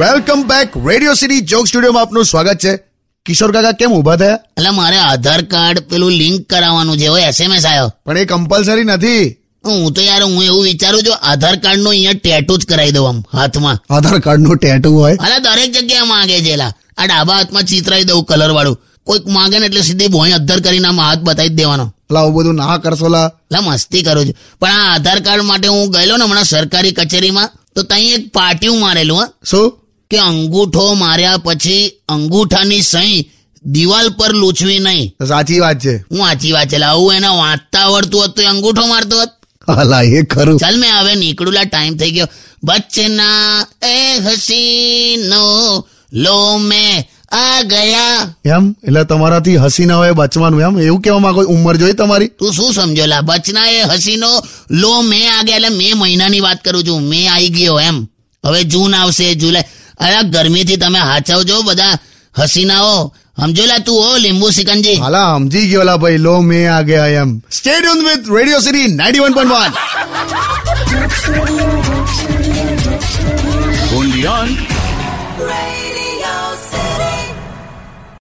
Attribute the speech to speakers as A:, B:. A: welcome back radio city jock સ્ટુડિયોમાં આપનું સ્વાગત છે કિશોર કાકા કેમ ઊભા થયા
B: એટલે મારે આધાર કાર્ડ પેલું લિંક કરાવવાનું છે હોય એસએમએસ આવ્યો
A: પણ એ કમ્પલસરી નથી
B: હું તો યાર હું એવું વિચારું છું આધાર કાર્ડ નું અહીંયા ટેટુ જ કરાવી દઉં આમ હાથમાં
A: આધાર કાર્ડનું ટેટુ હોય
B: અલા દરેક જગ્યાએ માંગે છે એલા આ ડાબા હાથમાં ચિતરાઈ દઉં કલર વાળું કોઈક માંગે ને એટલે સીધી ભોંય અધર કરીને આમ હાથ બતાવી જ દેવાનો
A: લા આવું બધું ના કરશો લા
B: એટલે મસ્તી કરું છું પણ આ આધાર કાર્ડ માટે હું ગયેલો ને હમણાં સરકારી કચેરીમાં તો ત્યાં એક પાટિયું મારેલું હા
A: શું
B: કે અંગૂઠો માર્યા પછી અંગૂઠાની સહી દિવાલ પર લૂછવી નહીં
A: તો સાચી વાત છે
B: હું વાંચી વાંચેલા હું એને વાંચતા આવડતું હોત તો એ અંગૂઠો મારતો હોત
A: હાલા એ ખરું
B: ચાલ મેં હવે નીકળુલા ટાઈમ થઈ ગયો બચના એ હસીનો લો મેં આ ગયા
A: એમ એટલે તમારાથી હસીના હોય બચવાનું એમ એવું કેવા માંગો ઉંમર જોઈ તમારી
B: તું શું સમજોલા બચના એ હસીનો લો મે આ ગયા એટલે મે મહિનાની વાત કરું છું મે આવી ગયો એમ હવે જૂન આવશે જુલાઈ અરે આ ગરમીથી તમે હાચવજો બધા હસીનાઓ સમજોલા તું હો લીંબુ સિકંજી
A: હાલા સમજી ગયો લા ભાઈ લો મે આ ગયા એમ stayed with radio city 91.1
C: Only on
D: Radio